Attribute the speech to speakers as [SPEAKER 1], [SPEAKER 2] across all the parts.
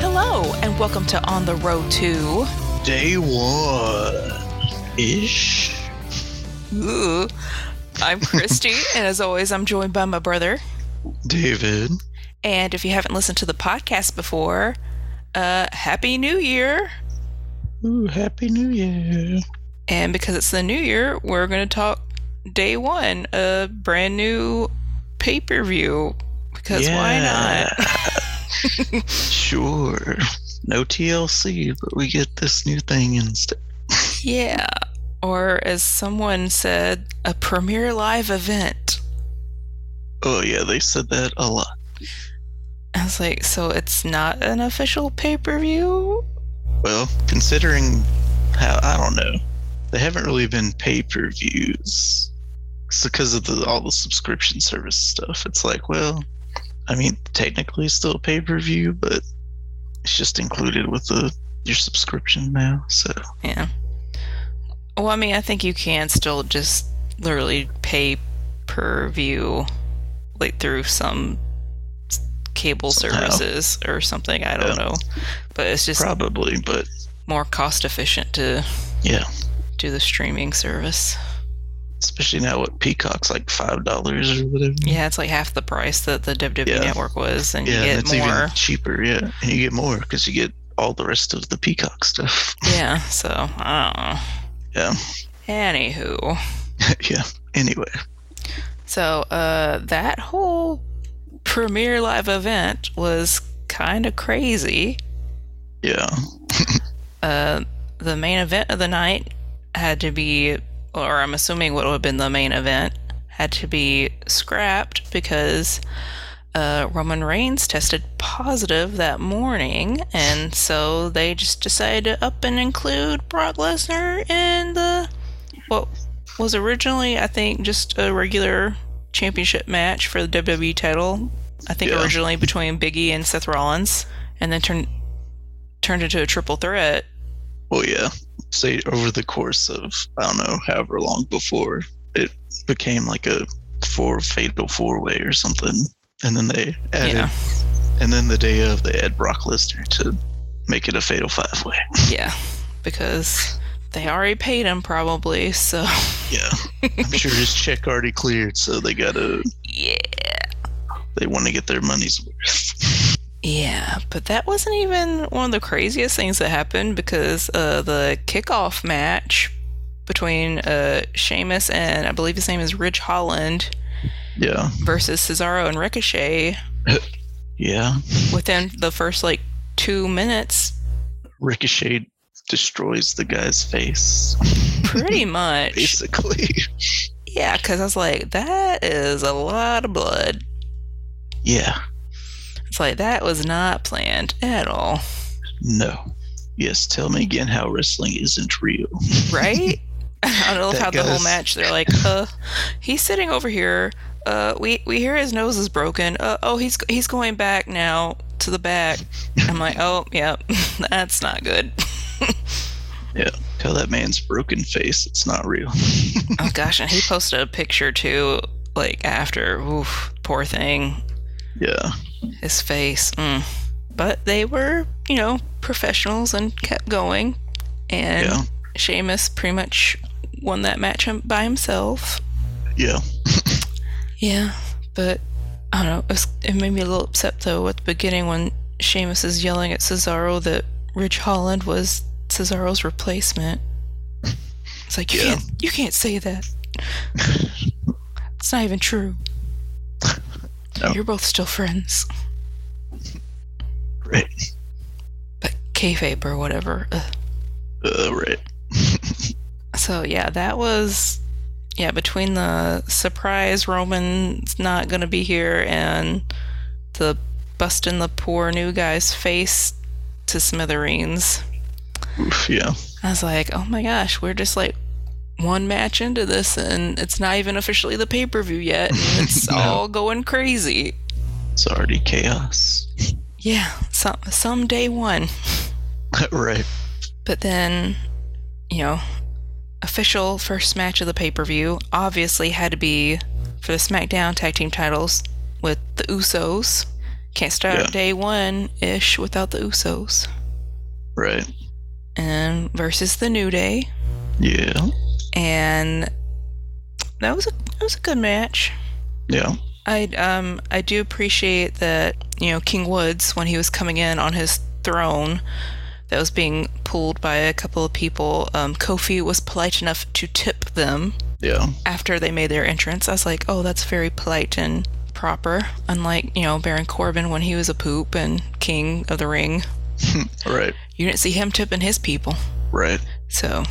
[SPEAKER 1] Hello, and welcome to On the Road to.
[SPEAKER 2] Day one ish.
[SPEAKER 1] Ooh. I'm Christy, and as always, I'm joined by my brother.
[SPEAKER 2] David.
[SPEAKER 1] And if you haven't listened to the podcast before, uh, Happy New Year!
[SPEAKER 2] Ooh, Happy New Year.
[SPEAKER 1] And because it's the new year, we're going to talk day one, a brand new pay per view. Because why not?
[SPEAKER 2] Yeah. sure. No TLC, but we get this new thing instead.
[SPEAKER 1] Yeah. Or as someone said, a premiere live event.
[SPEAKER 2] Oh, yeah, they said that a lot.
[SPEAKER 1] I was like, so it's not an official pay per view?
[SPEAKER 2] Well, considering how, I don't know, they haven't really been pay per views. It's because of the, all the subscription service stuff. It's like, well, I mean, technically it's still pay per view, but it's just included with the your subscription now. So
[SPEAKER 1] Yeah. Well, I mean, I think you can still just literally pay per view, like through some s- cable
[SPEAKER 2] Somehow.
[SPEAKER 1] services or something. I don't
[SPEAKER 2] Yeah.
[SPEAKER 1] know. But it's just
[SPEAKER 2] probably, but
[SPEAKER 1] more cost efficient to
[SPEAKER 2] yeah,
[SPEAKER 1] do the streaming service.
[SPEAKER 2] especially now with Peacock's like five dollars or whatever.
[SPEAKER 1] Yeah, it's like half the price that the WWE
[SPEAKER 2] Yeah.
[SPEAKER 1] network was, and
[SPEAKER 2] Yeah,
[SPEAKER 1] you
[SPEAKER 2] and
[SPEAKER 1] get
[SPEAKER 2] it's
[SPEAKER 1] more.
[SPEAKER 2] even cheaper. Yeah, and you get more because you get all the rest of the Peacock stuff.
[SPEAKER 1] Yeah, so I
[SPEAKER 2] Yeah,
[SPEAKER 1] don't know. Anywho.
[SPEAKER 2] yeah. Anyway,
[SPEAKER 1] So uh, that whole premiere live event was kind of crazy.
[SPEAKER 2] yeah,
[SPEAKER 1] Uh, the main event of the night had to be, or I'm assuming what would have been the main event, had to be scrapped because uh, Roman Reigns tested positive that morning, and so they just decided to up and include Brock Lesnar in the what was originally, I think, just a regular championship match for the WWE title. I think
[SPEAKER 2] Yeah.
[SPEAKER 1] originally between Biggie and Seth Rollins, and then turned turned into a triple threat.
[SPEAKER 2] well, yeah. Say over the course of I don't know however long before it became like a four fatal four way or something, and then they added,
[SPEAKER 1] Yeah.
[SPEAKER 2] and then the day of they add Brock Lesnar to make it a fatal five way.
[SPEAKER 1] Yeah, because they already paid him probably. So
[SPEAKER 2] Yeah, I'm sure his check already cleared, so they gotta
[SPEAKER 1] yeah,
[SPEAKER 2] they want to get their money's worth.
[SPEAKER 1] yeah. But that wasn't even one of the craziest things that happened because uh, the kickoff match between uh, Sheamus and I believe his name is Ridge Holland
[SPEAKER 2] yeah,
[SPEAKER 1] versus Cesaro and Ricochet
[SPEAKER 2] yeah.
[SPEAKER 1] within the first like two minutes,
[SPEAKER 2] Ricochet destroys the guy's face,
[SPEAKER 1] pretty much.
[SPEAKER 2] basically.
[SPEAKER 1] Yeah, because I was like, that is a lot of blood.
[SPEAKER 2] yeah,
[SPEAKER 1] It's like that was not planned at all,
[SPEAKER 2] no. Yes, tell me again how wrestling isn't real.
[SPEAKER 1] right? I don't know
[SPEAKER 2] That
[SPEAKER 1] how the whole
[SPEAKER 2] goes-
[SPEAKER 1] match they're like, uh, he's sitting over here. Uh, we we hear his nose is broken. Uh, oh, he's he's going back now to the back. I'm like, oh, yep, that's not good.
[SPEAKER 2] Tell that man's broken face it's not real.
[SPEAKER 1] oh gosh, and he posted a picture too, like after. Oof, poor thing,
[SPEAKER 2] Yeah,
[SPEAKER 1] his face. Mm. But they were, you know, professionals and kept going. And
[SPEAKER 2] yeah,
[SPEAKER 1] Sheamus pretty much won that match him- by himself.
[SPEAKER 2] yeah.
[SPEAKER 1] Yeah, but I don't know. It, was, it made me a little upset though at the beginning when Sheamus is yelling at Cesaro that Ridge Holland was Cesaro's replacement. It's like you
[SPEAKER 2] Yeah.
[SPEAKER 1] can't you can't say that. it's not even true.
[SPEAKER 2] No.
[SPEAKER 1] You're both still friends,
[SPEAKER 2] Right.
[SPEAKER 1] but kayfabe or whatever. Ugh.
[SPEAKER 2] Uh, right.
[SPEAKER 1] So yeah, that was yeah between the surprise Roman's not gonna be here and the busting the poor new guy's face to smithereens.
[SPEAKER 2] Oof, yeah.
[SPEAKER 1] I was like, oh my gosh, we're just like one match into this and it's not even officially the pay per view yet. And it's
[SPEAKER 2] No.
[SPEAKER 1] all going crazy.
[SPEAKER 2] It's already chaos.
[SPEAKER 1] Yeah, some some day one.
[SPEAKER 2] right.
[SPEAKER 1] But then, you know, official first match of the pay per view obviously had to be for the SmackDown tag team titles with the Usos Can't start
[SPEAKER 2] Yeah.
[SPEAKER 1] day one ish without the Usos.
[SPEAKER 2] Right.
[SPEAKER 1] And versus the New Day.
[SPEAKER 2] Yeah.
[SPEAKER 1] And that was a that was a good match.
[SPEAKER 2] Yeah.
[SPEAKER 1] I um I do appreciate that you know King Woods when he was coming in on his throne that was being pulled by a couple of people. Um, Kofi was polite enough to tip them
[SPEAKER 2] Yeah.
[SPEAKER 1] after they made their entrance. I was like, oh, that's very polite and proper. Unlike you know Baron Corbin when he was a poop and King of the Ring,
[SPEAKER 2] Right.
[SPEAKER 1] you didn't see him tipping his people.
[SPEAKER 2] Right.
[SPEAKER 1] So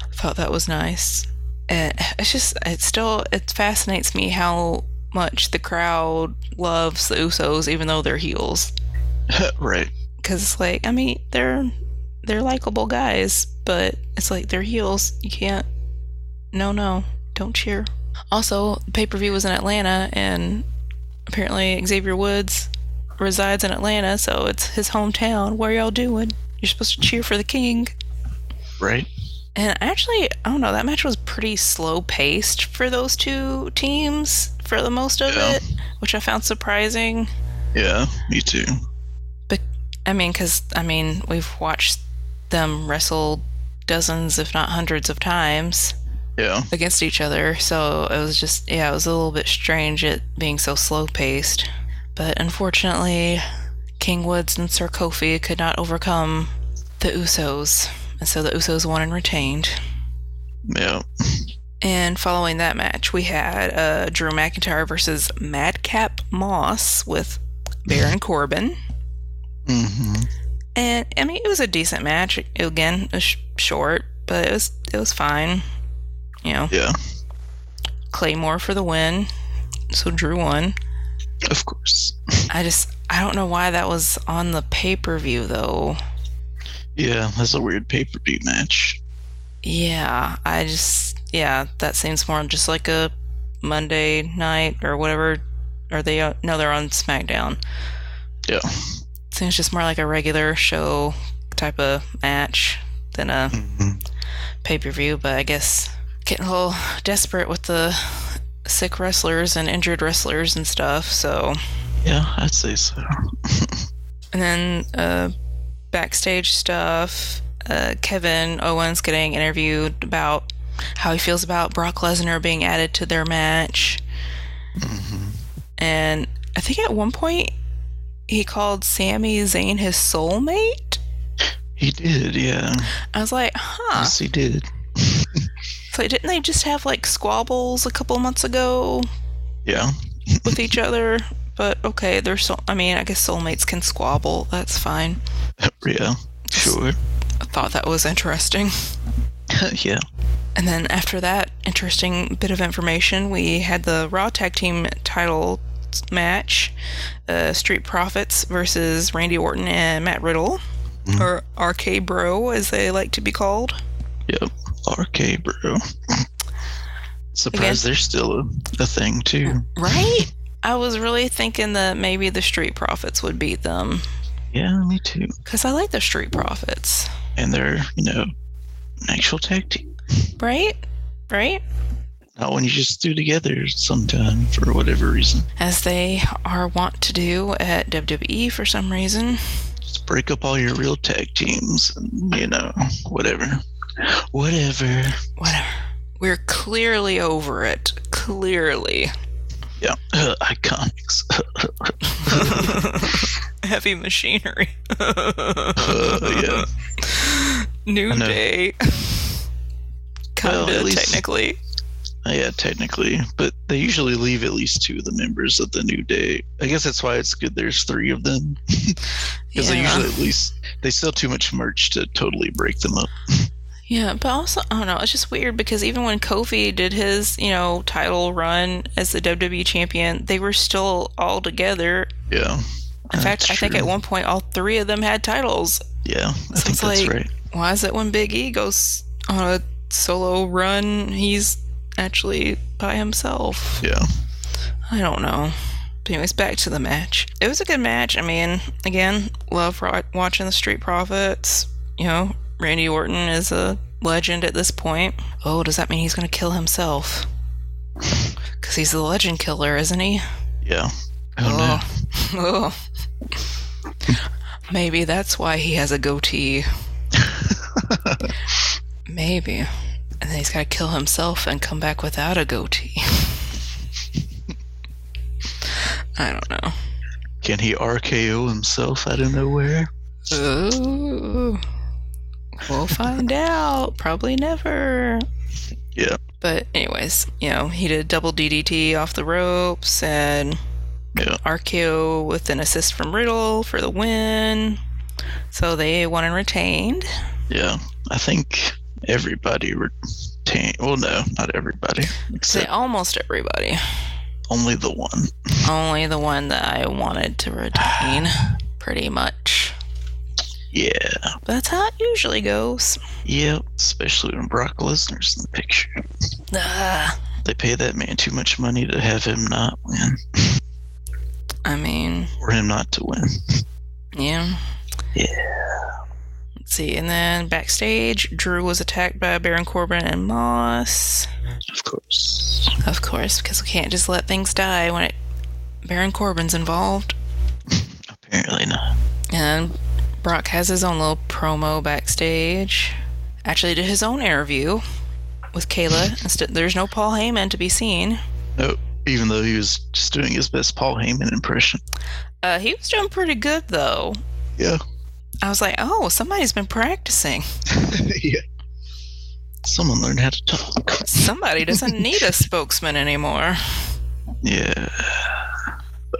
[SPEAKER 1] I thought that was nice. And it's just, it still, it fascinates me how much the crowd loves the Usos, even though they're heels.
[SPEAKER 2] Uh, right.
[SPEAKER 1] Because it's like, I mean, they're they're likable guys, but it's like they're heels. You can't. No, no, don't cheer. Also, the pay per view was in Atlanta, and apparently Xavier Woods resides in Atlanta, so it's his hometown. What are y'all doing? You're supposed to cheer for the king.
[SPEAKER 2] Right.
[SPEAKER 1] And actually, I don't know, that match was pretty slow paced for those two teams for the most of
[SPEAKER 2] Yeah.
[SPEAKER 1] it, which I found surprising.
[SPEAKER 2] Yeah. Me too.
[SPEAKER 1] I mean, because, I mean, we've watched them wrestle dozens, if not hundreds, of times
[SPEAKER 2] Yeah.
[SPEAKER 1] against each other. So it was just, yeah, it was a little bit strange it being so slow paced. But unfortunately, King Woods and Sir Kofi could not overcome the Usos. And so the Usos won and retained.
[SPEAKER 2] Yeah.
[SPEAKER 1] And following that match, we had uh, Drew McIntyre versus Madcap Moss with Baron Corbin.
[SPEAKER 2] Mm-hmm.
[SPEAKER 1] And I mean, it was a decent match. Again, it was sh- short, but it was it was fine. You know,
[SPEAKER 2] Yeah.
[SPEAKER 1] Claymore for the win. So Drew won.
[SPEAKER 2] Of course.
[SPEAKER 1] I just I don't know why that was on the pay per view though.
[SPEAKER 2] Yeah. That's a weird pay per view match.
[SPEAKER 1] Yeah, I just yeah that seems more just like a Monday night or whatever. Are they? on- No, they're on SmackDown.
[SPEAKER 2] Yeah.
[SPEAKER 1] seems just more like a regular show type of match than a
[SPEAKER 2] Mm-hmm.
[SPEAKER 1] pay per view. But I guess getting a little desperate with the sick wrestlers and injured wrestlers and stuff. So,
[SPEAKER 2] Yeah. I'd say so.
[SPEAKER 1] and then uh, backstage stuff. Uh, Kevin Owens getting interviewed about how he feels about Brock Lesnar being added to their match.
[SPEAKER 2] Mm-hmm.
[SPEAKER 1] And I think at one point he called Sami Zayn his soulmate.
[SPEAKER 2] He did. Yeah.
[SPEAKER 1] I was like, huh.
[SPEAKER 2] Yes, he did.
[SPEAKER 1] So didn't they just have like squabbles a couple months ago
[SPEAKER 2] Yeah.
[SPEAKER 1] with each other? But okay, they're so. I mean, I guess soulmates can squabble. That's fine.
[SPEAKER 2] Yeah. Sure.
[SPEAKER 1] I thought that was interesting.
[SPEAKER 2] yeah.
[SPEAKER 1] And then after that interesting bit of information, we had the Raw Tag Team title match uh, Street Profits versus Randy Orton and Matt Riddle, or RK Bro as they like to be called.
[SPEAKER 2] Yep. RK, bro. Surprised they're still a, a thing, too.
[SPEAKER 1] Right? I was really thinking that maybe the Street Profits would beat them
[SPEAKER 2] Yeah, me too.
[SPEAKER 1] because I like the Street Profits.
[SPEAKER 2] And they're, you know, an actual tag team.
[SPEAKER 1] Right? Right?
[SPEAKER 2] Not when you just do together sometime for whatever reason.
[SPEAKER 1] As they are wont to do at WWE for some reason.
[SPEAKER 2] Just break up all your real tag teams and, you know, whatever. Whatever.
[SPEAKER 1] Whatever. We're clearly over it. Clearly.
[SPEAKER 2] Yeah. iconics.
[SPEAKER 1] Heavy machinery.
[SPEAKER 2] yeah.
[SPEAKER 1] New
[SPEAKER 2] I know.
[SPEAKER 1] day. Kinda,
[SPEAKER 2] Well, at least-
[SPEAKER 1] technically.
[SPEAKER 2] Uh, Yeah, technically. But they usually leave at least two of the members of the New Day. I guess that's why it's good there's three of them. Because they
[SPEAKER 1] Yeah.
[SPEAKER 2] usually at least they sell too much merch to totally break them up.
[SPEAKER 1] Yeah, but also I don't know. It's just weird because even when Kofi did his, you know, title run as the WWE champion, they were still all together.
[SPEAKER 2] Yeah.
[SPEAKER 1] In fact, I think at one point all three of them had titles.
[SPEAKER 2] Yeah, I
[SPEAKER 1] it's
[SPEAKER 2] think that's
[SPEAKER 1] like-
[SPEAKER 2] right.
[SPEAKER 1] Why is it when Big E goes on a solo run, he's actually by himself?
[SPEAKER 2] Yeah.
[SPEAKER 1] I don't know. But anyways, back to the match. It was a good match. I mean, again, love ro- watching the Street Profits. You know, Randy Orton is a legend at this point. Oh, does that mean he's going to kill himself? Because he's the legend killer, isn't he?
[SPEAKER 2] Yeah. Oh,
[SPEAKER 1] Oh. Maybe that's why he has a goatee. Maybe. And then he's got to kill himself and come back without a goatee. I don't know.
[SPEAKER 2] Can he RKO himself out of nowhere?
[SPEAKER 1] Ooh. We'll find out. Probably never.
[SPEAKER 2] Yeah.
[SPEAKER 1] But, anyways, you know, he did double DDT off the ropes and
[SPEAKER 2] Yeah.
[SPEAKER 1] RKO with an assist from Riddle for the win. So they won and retained.
[SPEAKER 2] Yeah. I think everybody retained. Well, no, not everybody.
[SPEAKER 1] Say
[SPEAKER 2] Except
[SPEAKER 1] almost everybody.
[SPEAKER 2] only the one.
[SPEAKER 1] Only the one that I wanted to retain, pretty much.
[SPEAKER 2] Yeah.
[SPEAKER 1] That's how it usually goes.
[SPEAKER 2] Yep. Especially when Brock Lesnar's in the picture.
[SPEAKER 1] Ugh.
[SPEAKER 2] They pay that man too much money to have him not win,
[SPEAKER 1] I mean,
[SPEAKER 2] or him not to win.
[SPEAKER 1] yeah.
[SPEAKER 2] Yeah.
[SPEAKER 1] Let's see. And then backstage, Drew was attacked by Baron Corbin and Moss.
[SPEAKER 2] Of course.
[SPEAKER 1] Of course, because we can't just let things die when it, Baron Corbin's involved.
[SPEAKER 2] Apparently not.
[SPEAKER 1] And Brock has his own little promo backstage. Actually, did his own interview with Kayla. Instead, there's no Paul Heyman to be seen.
[SPEAKER 2] Oh, even though he was just doing his best Paul Heyman impression.
[SPEAKER 1] Uh, he was doing pretty good though.
[SPEAKER 2] Yeah.
[SPEAKER 1] I was like, oh, somebody's been practicing.
[SPEAKER 2] yeah. Someone learned how to talk.
[SPEAKER 1] Somebody doesn't need a spokesman anymore.
[SPEAKER 2] Yeah.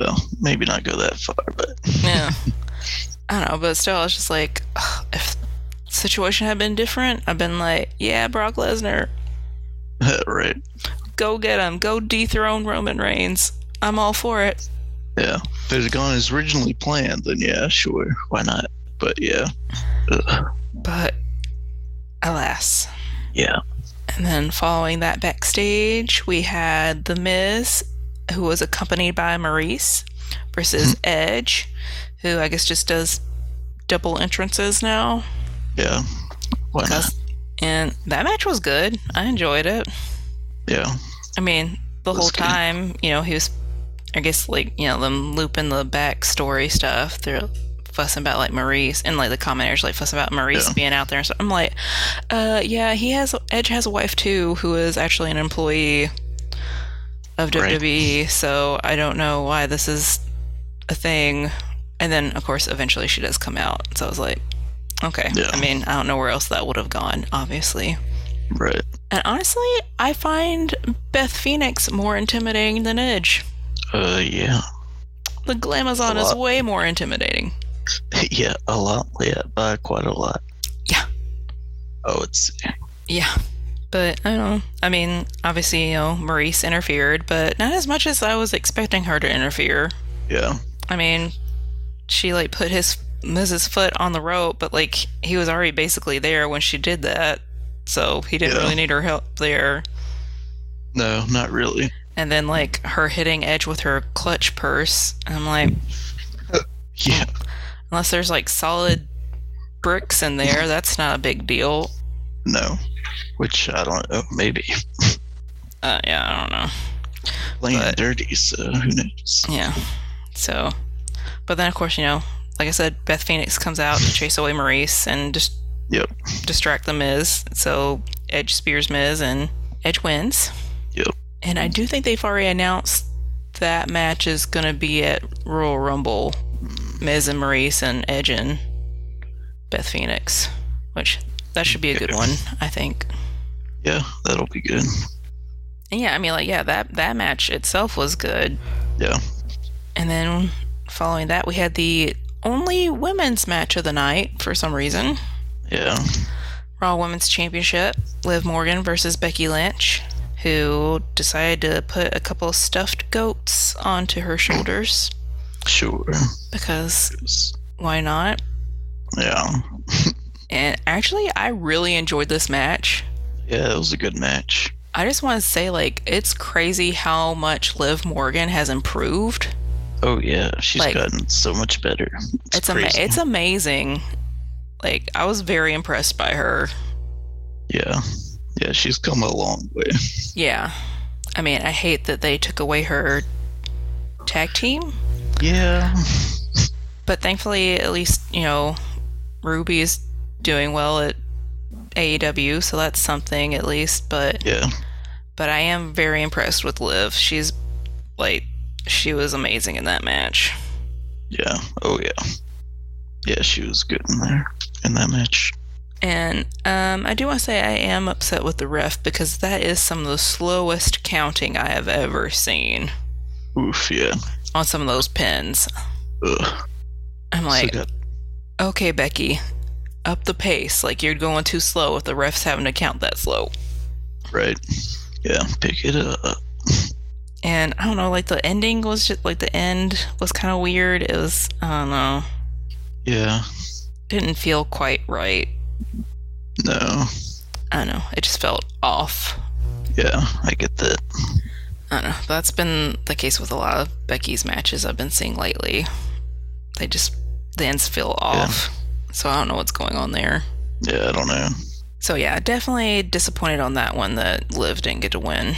[SPEAKER 2] Well, maybe not go that far, but
[SPEAKER 1] Yeah. I don't know, but still, I was just like, ugh, if the situation had been different, I've been like, yeah, Brock Lesnar,
[SPEAKER 2] uh, right.
[SPEAKER 1] go get him, go dethrone Roman Reigns. I'm all for it.
[SPEAKER 2] Yeah. If it had gone as originally planned, then yeah, sure. Why not? But yeah. Ugh.
[SPEAKER 1] But alas.
[SPEAKER 2] Yeah.
[SPEAKER 1] And then following that backstage, we had The Miz, who was accompanied by Maurice, versus Edge, who I guess just does double entrances now.
[SPEAKER 2] Yeah. Why not?
[SPEAKER 1] And that match was good. I enjoyed it.
[SPEAKER 2] Yeah.
[SPEAKER 1] I mean, the
[SPEAKER 2] Was
[SPEAKER 1] whole
[SPEAKER 2] good.
[SPEAKER 1] time, you know, he was, I guess, like, you know, them looping the backstory stuff. They're fussing about, like, Maurice, and, like, the commentators, like, fussing about Maurice
[SPEAKER 2] Yeah.
[SPEAKER 1] being out there. and stuff. I'm like, uh, yeah, he has, Edge has a wife, too, who is actually an employee of
[SPEAKER 2] Right.
[SPEAKER 1] WWE, so I don't know why this is a thing. And then, of course, eventually she does come out. So I was like, okay.
[SPEAKER 2] Yeah.
[SPEAKER 1] I mean, I don't know where else that would have gone, obviously.
[SPEAKER 2] Right.
[SPEAKER 1] And honestly, I find Beth Phoenix more intimidating than Edge.
[SPEAKER 2] Uh yeah.
[SPEAKER 1] The Glamazon
[SPEAKER 2] A
[SPEAKER 1] is
[SPEAKER 2] lot.
[SPEAKER 1] way more intimidating.
[SPEAKER 2] yeah, a lot. Yeah, by quite a lot.
[SPEAKER 1] Yeah.
[SPEAKER 2] Oh, it's
[SPEAKER 1] Yeah. But I don't know. I mean, obviously, you know, Maurice interfered, but not as much as I was expecting her to interfere.
[SPEAKER 2] yeah.
[SPEAKER 1] I mean, she like put his Miz's foot on the rope, but like he was already basically there when she did that. So he didn't
[SPEAKER 2] Yeah.
[SPEAKER 1] really need her help there.
[SPEAKER 2] No, not really.
[SPEAKER 1] And then like her hitting Edge with her clutch purse. And I'm like,
[SPEAKER 2] Yeah.
[SPEAKER 1] Unless there's like solid bricks in there, that's not a big deal.
[SPEAKER 2] No. Which I don't know. Maybe
[SPEAKER 1] Uh, yeah, I don't know.
[SPEAKER 2] playing
[SPEAKER 1] But-
[SPEAKER 2] dirty. So who knows?
[SPEAKER 1] Yeah. So, but then of course, you know, like I said, Beth Phoenix comes out to chase away Maurice and just
[SPEAKER 2] Yep.
[SPEAKER 1] distract the Miz. So Edge spears Miz and Edge wins.
[SPEAKER 2] Yep.
[SPEAKER 1] And I do think they've already announced that match is going to be at Royal Rumble. Miz and Maurice and Edge and Beth Phoenix, which that should be a good
[SPEAKER 2] Yeah.
[SPEAKER 1] one, I think.
[SPEAKER 2] Yeah, that'll be good.
[SPEAKER 1] And yeah, I mean, like, yeah, that that match itself was good.
[SPEAKER 2] Yeah.
[SPEAKER 1] And then following that, we had the only women's match of the night for some reason:
[SPEAKER 2] Yeah.
[SPEAKER 1] Raw Women's Championship, Liv Morgan versus Becky Lynch, who decided to put a couple of stuffed goats onto her shoulders
[SPEAKER 2] Sure.
[SPEAKER 1] because why not?
[SPEAKER 2] Yeah.
[SPEAKER 1] And actually, I really enjoyed this match.
[SPEAKER 2] Yeah, it was a good match.
[SPEAKER 1] I just want to say, like, it's crazy how much Liv Morgan has improved.
[SPEAKER 2] Oh yeah, she's
[SPEAKER 1] Like-
[SPEAKER 2] gotten so much better. It's,
[SPEAKER 1] it's ama-
[SPEAKER 2] crazy.
[SPEAKER 1] it's amazing. Like I was very impressed by her.
[SPEAKER 2] yeah. Yeah, she's come a long way.
[SPEAKER 1] Yeah. I mean, I hate that they took away her tag team
[SPEAKER 2] Yeah.
[SPEAKER 1] But thankfully, at least, you know, Ruby's doing well at AEW, so that's something at least. But
[SPEAKER 2] Yeah.
[SPEAKER 1] but I am very impressed with Liv. She's like she was amazing in that match.
[SPEAKER 2] Yeah. Oh yeah. Yeah, she was good in there in that match.
[SPEAKER 1] And um, I do want to say I am upset with the ref because that is some of the slowest counting I have ever seen
[SPEAKER 2] Oof. Yeah.
[SPEAKER 1] on some of those pins.
[SPEAKER 2] Ugh.
[SPEAKER 1] I'm like,
[SPEAKER 2] so got,
[SPEAKER 1] okay, Becky, up the pace. Like you're going too slow if the ref's having to count that slow.
[SPEAKER 2] right. Yeah. Pick it up.
[SPEAKER 1] and I don't know, like the ending was just like the end was kind of weird. It was I don't know,
[SPEAKER 2] Yeah.
[SPEAKER 1] didn't feel quite right.
[SPEAKER 2] No.
[SPEAKER 1] I don't know, it just felt off.
[SPEAKER 2] Yeah. I get that.
[SPEAKER 1] I don't know. That's been the case with a lot of Becky's matches I've been seeing lately. They just the ends feel off. So I don't know what's going on there.
[SPEAKER 2] Yeah. I don't know.
[SPEAKER 1] So yeah, definitely disappointed on that one that Liv didn't get to win.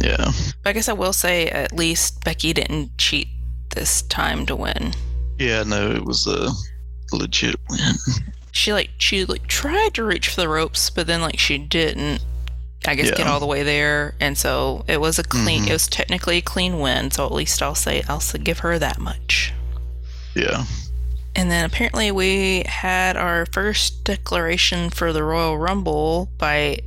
[SPEAKER 2] Yeah.
[SPEAKER 1] But I guess I will say at least Becky didn't cheat this time to win.
[SPEAKER 2] Yeah. No. It was a legit win.
[SPEAKER 1] she like she like tried to reach for the ropes but then like she didn't i guess get
[SPEAKER 2] Yeah.
[SPEAKER 1] all the way there and so it was a clean it was technically a clean win so at least i'll say i'll s- give her that much
[SPEAKER 2] Yeah.
[SPEAKER 1] and then apparently we had our first declaration for the royal rumble by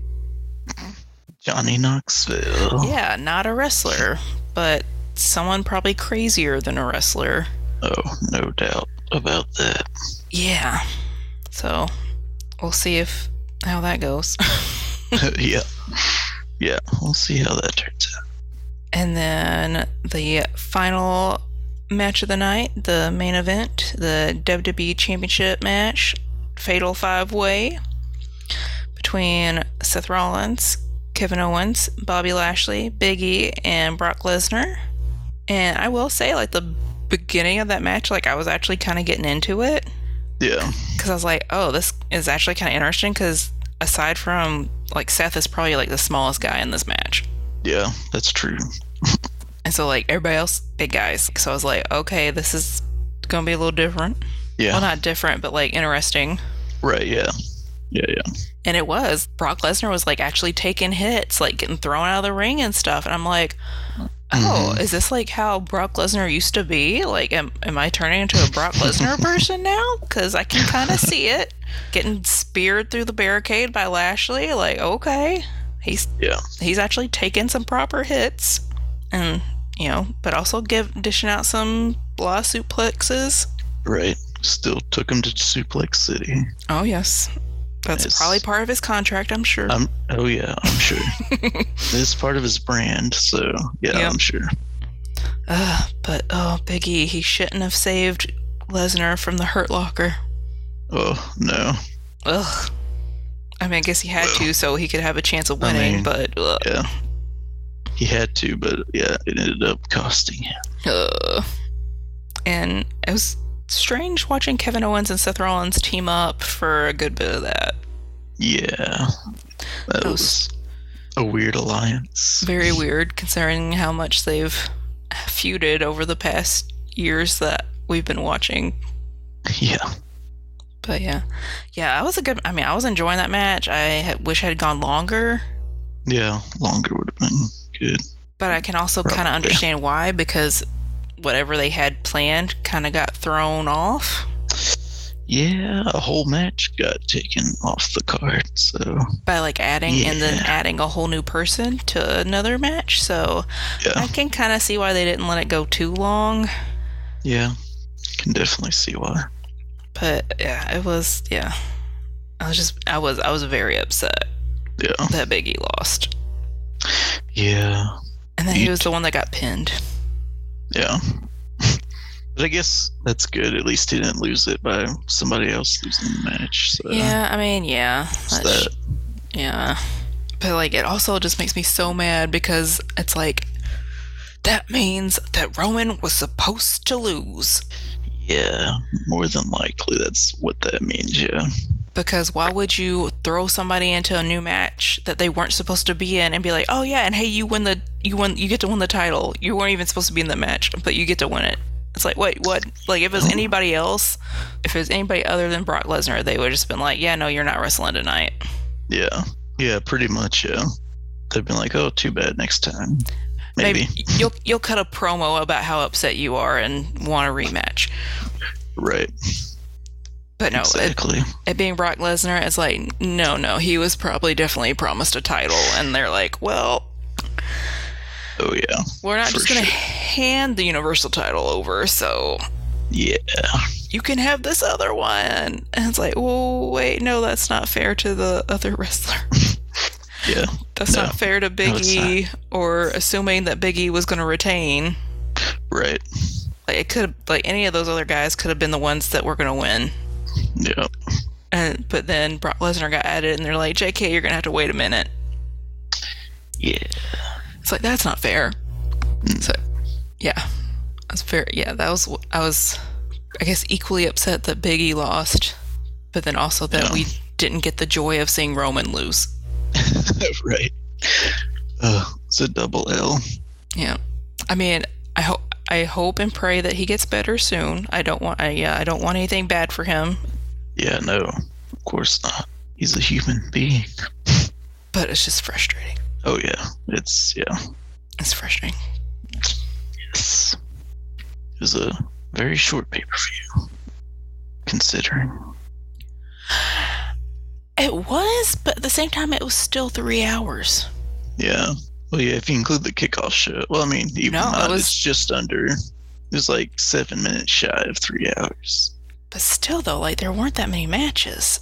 [SPEAKER 2] Johnny Knoxville.
[SPEAKER 1] yeah not a wrestler but someone probably crazier than a wrestler
[SPEAKER 2] Oh, no doubt about that.
[SPEAKER 1] yeah so we'll see if how that goes
[SPEAKER 2] yeah. Yeah. We'll see how that turns out.
[SPEAKER 1] And then the final match of the night, the main event, the WWE Championship match, Fatal Five Way between Seth Rollins, Kevin Owens, Bobby Lashley, Big E, and Brock Lesnar. And I will say, like, the beginning of that match, like, I was actually kind of getting into it
[SPEAKER 2] Yeah.
[SPEAKER 1] because I was like, oh, this is actually kind of interesting because aside from, like, Seth is probably, like, the smallest guy in this match.
[SPEAKER 2] Yeah. That's true.
[SPEAKER 1] And so like everybody else, big guys. So I was like, okay, this is gonna be a little different.
[SPEAKER 2] Yeah.
[SPEAKER 1] Well, not different, but like interesting.
[SPEAKER 2] right. Yeah. Yeah. Yeah.
[SPEAKER 1] And it was. Brock Lesnar was like actually taking hits, like getting thrown out of the ring and stuff. And I'm like, oh, is this like how Brock Lesnar used to be? Like, am, am I turning into a Brock Lesnar person now? Because I can kind of see it getting speared through the barricade by Lashley. Like, okay, he's
[SPEAKER 2] Yeah.
[SPEAKER 1] he's actually taking some proper hits and you know but also give dishing out some lawsuit plexes
[SPEAKER 2] Right. Still took him to Suplex City.
[SPEAKER 1] oh yes that's
[SPEAKER 2] Yes.
[SPEAKER 1] probably part of his contract i'm sure
[SPEAKER 2] I'm. Oh yeah. I'm sure. it's part of his brand. So yeah.
[SPEAKER 1] Yep.
[SPEAKER 2] I'm sure.
[SPEAKER 1] Ugh, but oh biggie he shouldn't have saved lesnar from the hurt locker
[SPEAKER 2] Oh no.
[SPEAKER 1] ugh i mean i guess he had to so he could have a chance of winning
[SPEAKER 2] mean,
[SPEAKER 1] but ugh,
[SPEAKER 2] Yeah. He had to, but yeah, it ended up costing him.
[SPEAKER 1] ugh. and it was strange watching kevin owens and seth rollins team up for a good bit of that
[SPEAKER 2] Yeah. That
[SPEAKER 1] Oh,
[SPEAKER 2] was a weird alliance.
[SPEAKER 1] very weird considering how much they've feuded over the past years that we've been watching.
[SPEAKER 2] Yeah.
[SPEAKER 1] But yeah, yeah, I was a good. I mean, I was enjoying that match. I ha- wish had gone longer,
[SPEAKER 2] Yeah. Longer would have been good.
[SPEAKER 1] but I can also kind of
[SPEAKER 2] Probably.
[SPEAKER 1] understand why because whatever they had planned kind of got thrown off.
[SPEAKER 2] Yeah, a whole match got taken off the card. So
[SPEAKER 1] by like adding and then
[SPEAKER 2] Yeah.
[SPEAKER 1] adding a whole new person to another match. So
[SPEAKER 2] Yeah.
[SPEAKER 1] I can kind of see why they didn't let it go too long.
[SPEAKER 2] yeah, can definitely see why.
[SPEAKER 1] But yeah, it was yeah. I was just I was I was very upset
[SPEAKER 2] Yeah,
[SPEAKER 1] that Biggie lost,
[SPEAKER 2] yeah,
[SPEAKER 1] and then he
[SPEAKER 2] Eat.
[SPEAKER 1] was the one that got pinned.
[SPEAKER 2] yeah. But I guess that's good. At least he didn't lose it by somebody else losing the match. So
[SPEAKER 1] yeah, I mean yeah,
[SPEAKER 2] it's
[SPEAKER 1] that's-
[SPEAKER 2] that.
[SPEAKER 1] yeah. But like it also just makes me so mad because it's like that means that Roman was supposed to lose
[SPEAKER 2] Yeah, more than likely that's what that means. Yeah,
[SPEAKER 1] because why would you throw somebody into a new match that they weren't supposed to be in and be like, "Oh yeah, and hey, you win the you win you get to win the title. You weren't even supposed to be in the match, but you get to win it." It's like, wait, what? Like, if it was anybody else, if it was anybody other than Brock Lesnar, they would have just been like, yeah, no, you're not wrestling tonight.
[SPEAKER 2] Yeah. Yeah, pretty much, yeah. They've been like, oh, too bad next time. Maybe.
[SPEAKER 1] you'll you'll cut a promo about how upset you are and want a rematch.
[SPEAKER 2] Right.
[SPEAKER 1] But no, Oh, it,
[SPEAKER 2] exactly.
[SPEAKER 1] it being Brock Lesnar, it's like, no, no, he was probably definitely promised a title, and they're like, well,
[SPEAKER 2] oh, yeah.
[SPEAKER 1] we're not
[SPEAKER 2] For
[SPEAKER 1] just gonna
[SPEAKER 2] sure.
[SPEAKER 1] hand the Universal title over, so
[SPEAKER 2] Yeah.
[SPEAKER 1] you can have this other one. And it's like, well, wait, no, that's not fair to the other wrestler.
[SPEAKER 2] Yeah.
[SPEAKER 1] That's
[SPEAKER 2] No.
[SPEAKER 1] not fair to
[SPEAKER 2] No, it's
[SPEAKER 1] Big E, or assuming that Big E was going to retain.
[SPEAKER 2] Right.
[SPEAKER 1] Like it could, like any of those other guys could have been the ones that were going to win.
[SPEAKER 2] Yeah.
[SPEAKER 1] And but then Brock Lesnar got added, and they're like, "JK, you're going to have to wait a minute."
[SPEAKER 2] Yeah. Mm.
[SPEAKER 1] It's like that's not fair. So, yeah, that's fair. Yeah, that was I was, I guess, equally upset that Big E lost, but then also that
[SPEAKER 2] Yeah.
[SPEAKER 1] we didn't get the joy of seeing Roman lose.
[SPEAKER 2] right. Uh, it's a double L.
[SPEAKER 1] Yeah. I mean, I hope I hope and pray that he gets better soon. I don't want I yeah, I don't want anything bad for him,
[SPEAKER 2] Yeah, no. Of course not. He's a human being.
[SPEAKER 1] but it's just frustrating.
[SPEAKER 2] Oh, yeah. It's, yeah.
[SPEAKER 1] It's frustrating.
[SPEAKER 2] Yes. It was a very short pay per view, considering.
[SPEAKER 1] It was, but at the same time it was still 3 hours.
[SPEAKER 2] Yeah. Well, yeah, if you include the kickoff show. Well, I mean, even
[SPEAKER 1] No, it
[SPEAKER 2] not,
[SPEAKER 1] was-
[SPEAKER 2] it's just under. It was like seven minutes shy of three hours.
[SPEAKER 1] But still though, like there weren't that many matches.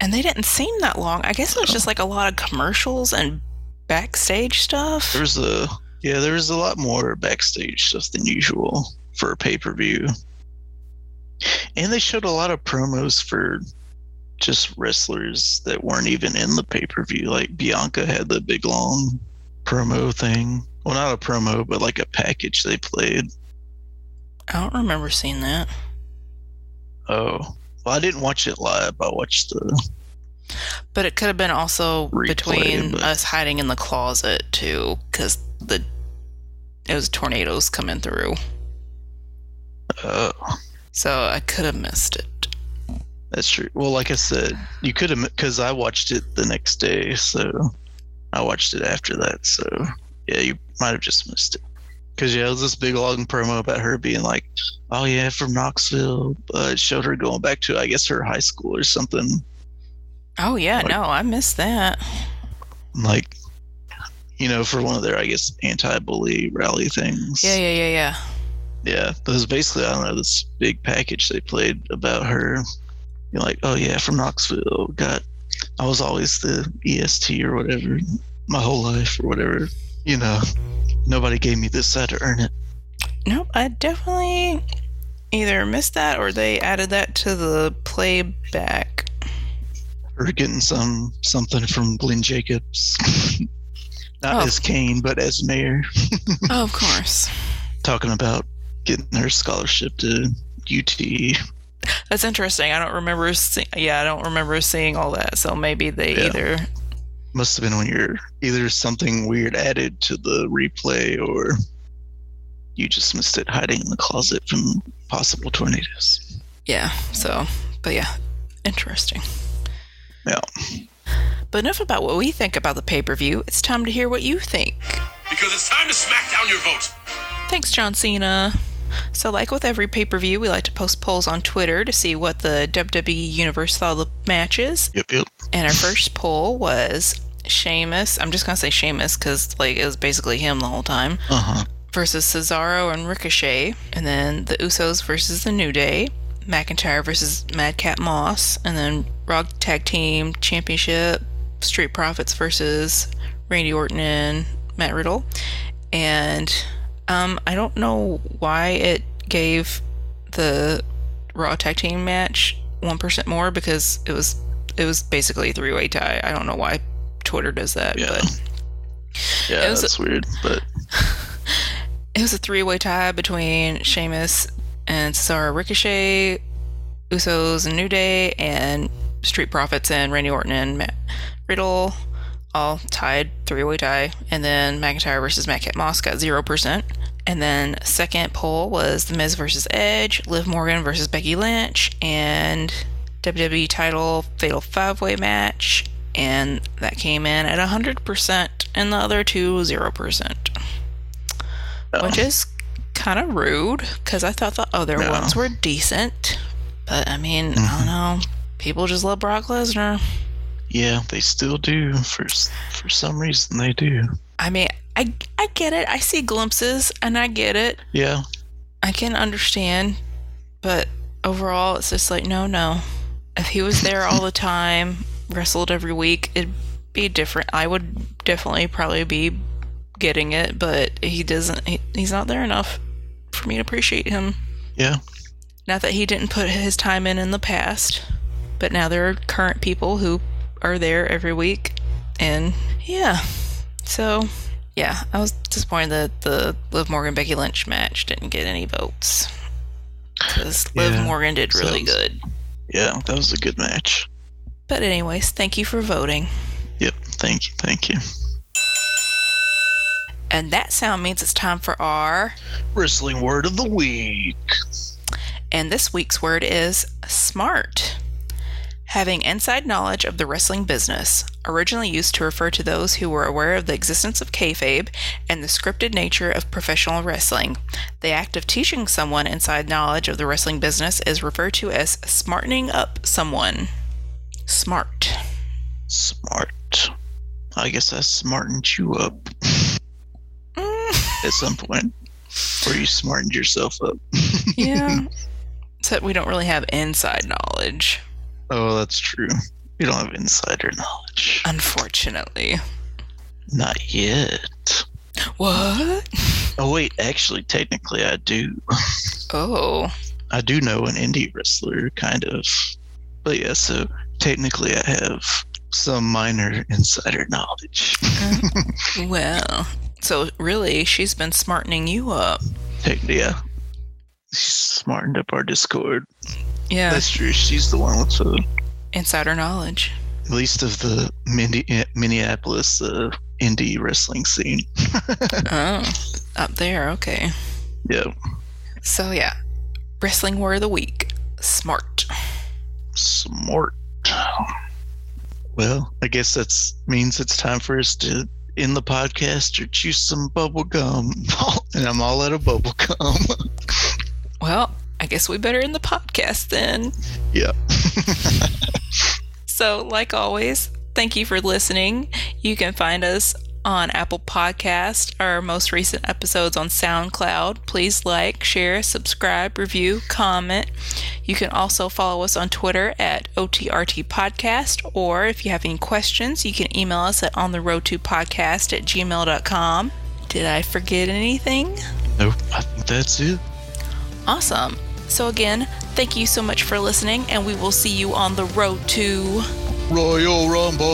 [SPEAKER 1] And they didn't seem that long. I guess it was just like a lot of commercials and backstage stuff.
[SPEAKER 2] There was a yeah, there was a lot more backstage stuff than usual for a pay per view, and they showed a lot of promos for just wrestlers that weren't even in the pay per view. Like Bianca had the big long promo thing. Well, not a promo, but like a package they played.
[SPEAKER 1] I don't remember seeing that.
[SPEAKER 2] Oh, well, I didn't watch it live. I watched the
[SPEAKER 1] But it could have been also
[SPEAKER 2] Replay,
[SPEAKER 1] between
[SPEAKER 2] but-
[SPEAKER 1] us hiding in the closet too, because the it was tornadoes coming through.
[SPEAKER 2] uh,
[SPEAKER 1] So I could have missed it.
[SPEAKER 2] That's true. Well, like I said, you could have because I watched it the next day, so I watched it after that. So yeah, you might have just missed it. Because yeah, it was this big long promo about her being like, "Oh yeah, from Knoxville," but it showed her going back to I guess her high school or something.
[SPEAKER 1] Oh yeah,
[SPEAKER 2] Like-
[SPEAKER 1] no, I missed that.
[SPEAKER 2] Like, you know, for one of their I guess anti-bully rally things.
[SPEAKER 1] Yeah, yeah, yeah, yeah.
[SPEAKER 2] Yeah, but it was basically I don't know this big package they played about her. You're like, oh yeah, from Knoxville. Got, I was always the EST or whatever, my whole life or whatever. You know, nobody gave me this. I had to earn it.
[SPEAKER 1] Nope, I definitely either missed that or they added that to the playback.
[SPEAKER 2] Or getting some something from Glenn Jacobs, not
[SPEAKER 1] Oh.
[SPEAKER 2] as Kane, but as mayor,
[SPEAKER 1] oh, of course.
[SPEAKER 2] talking about getting her scholarship to UT.
[SPEAKER 1] That's interesting. I don't remember. See- yeah, I don't remember seeing all that. So maybe they
[SPEAKER 2] Yeah.
[SPEAKER 1] either
[SPEAKER 2] Must have been when you're either something weird added to the replay or you just missed it hiding in the closet from possible tornadoes.
[SPEAKER 1] yeah so but yeah interesting
[SPEAKER 2] Yeah.
[SPEAKER 1] but enough about what we think about the pay-per-view it's time to hear what you think
[SPEAKER 3] Because it's time to smack down your votes.
[SPEAKER 1] thanks john cena so like with every pay-per-view we like to post polls on twitter to see what the wwe universe thought of the matches
[SPEAKER 2] Yep, yep.
[SPEAKER 1] and our first poll was Sheamus. I'm just gonna say Sheamus because like it was basically him the whole time.
[SPEAKER 2] Uh huh.
[SPEAKER 1] versus Cesaro and Ricochet, and then the Usos versus the New Day, McIntyre versus Madcap Moss, and then Raw Tag Team Championship, Street Profits versus Randy Orton and Matt Riddle, and um, I don't know why it gave the Raw Tag Team match one percent more because it was it was basically a three way tie. I don't know why Twitter does that,
[SPEAKER 2] Yeah.
[SPEAKER 1] but
[SPEAKER 2] Yeah,
[SPEAKER 1] It was-
[SPEAKER 2] that's weird, but
[SPEAKER 1] it was a three-way tie between Sheamus and Cesaro, Ricochet, Usos, and New Day, and Street Profits and Randy Orton and Matt Riddle, all tied three-way tie. And then McIntyre versus Matt Moss got zero percent, And then second poll was The Miz versus Edge, Liv Morgan versus Becky Lynch, and WWE title Fatal Five Way match. And that came in at 100%, and the other two 0%.
[SPEAKER 2] Oh.
[SPEAKER 1] Which is kind of rude because I thought the other
[SPEAKER 2] No.
[SPEAKER 1] ones were decent. But I mean, I don't know. People just love Brock Lesnar.
[SPEAKER 2] Yeah, they still do. For s- for some reason, they do.
[SPEAKER 1] I mean, I I get it. I see glimpses and I get it.
[SPEAKER 2] Yeah,
[SPEAKER 1] I can understand, but overall, it's just like no, no. If he was there all the time, wrestled every week, it'd be different. I would definitely probably be getting it, but he doesn't. He, he's not there enough for me to appreciate him.
[SPEAKER 2] yeah,
[SPEAKER 1] Not that he didn't put his time in in the past, but now there are current people who are there every week. And yeah, so yeah, I was disappointed that the Liv Morgan Becky Lynch match didn't get any votes. Because Liv
[SPEAKER 2] Yeah,
[SPEAKER 1] Morgan did really
[SPEAKER 2] sounds-
[SPEAKER 1] good.
[SPEAKER 2] yeah. That was a good match.
[SPEAKER 1] But, anyways, thank you for voting.
[SPEAKER 2] Yep. Thank you. Thank you.
[SPEAKER 1] And that sound means it's time for our.
[SPEAKER 2] Wrestling word of the week.
[SPEAKER 1] And this week's word is smart. Having inside knowledge of the wrestling business, originally used to refer to those who were aware of the existence of kayfabe and the scripted nature of professional wrestling. The act of teaching someone inside knowledge of the wrestling business is referred to as smartening up someone. Smart.
[SPEAKER 2] Smart. I guess I smartened you up at some point, or you smartened yourself up.
[SPEAKER 1] yeah. Except we don't really have inside knowledge,
[SPEAKER 2] Oh, that's true. We don't have insider knowledge.
[SPEAKER 1] unfortunately.
[SPEAKER 2] Not yet.
[SPEAKER 1] What?
[SPEAKER 2] Oh wait, actually, technically, I do.
[SPEAKER 1] Oh.
[SPEAKER 2] I do know an indie wrestler, kind of. But yeah, so technically, I have some minor insider knowledge.
[SPEAKER 1] Well, so really, she's been smartening you up.
[SPEAKER 2] Tech, yeah, she smartened up our Discord.
[SPEAKER 1] Yeah,
[SPEAKER 2] That's true. She's the one with the
[SPEAKER 1] insider knowledge.
[SPEAKER 2] at least of the Mindi- Minneapolis uh, indie wrestling scene.
[SPEAKER 1] Oh, up there. Okay.
[SPEAKER 2] Yeah,
[SPEAKER 1] So yeah, wrestling word of the week. Smart.
[SPEAKER 2] smart. Well, I guess that's means it's time for us to end the podcast or choose some bubble gum. and I'm all out of bubble gum.
[SPEAKER 1] Well, I guess we better end the podcast then.
[SPEAKER 2] yeah.
[SPEAKER 1] So, like always, thank you for listening. You can find us on Apple Podcast, our most recent episodes on SoundCloud. Please like, share, subscribe, review, comment. You can also follow us on Twitter at OTRT Podcast, or if you have any questions, you can email us at on the road to podcast at gmail.com. Did I forget anything?
[SPEAKER 2] Nope. I think that's it.
[SPEAKER 1] Awesome. So, again, thank you so much for listening, and we will see you on the road to.
[SPEAKER 2] Royal Rumble.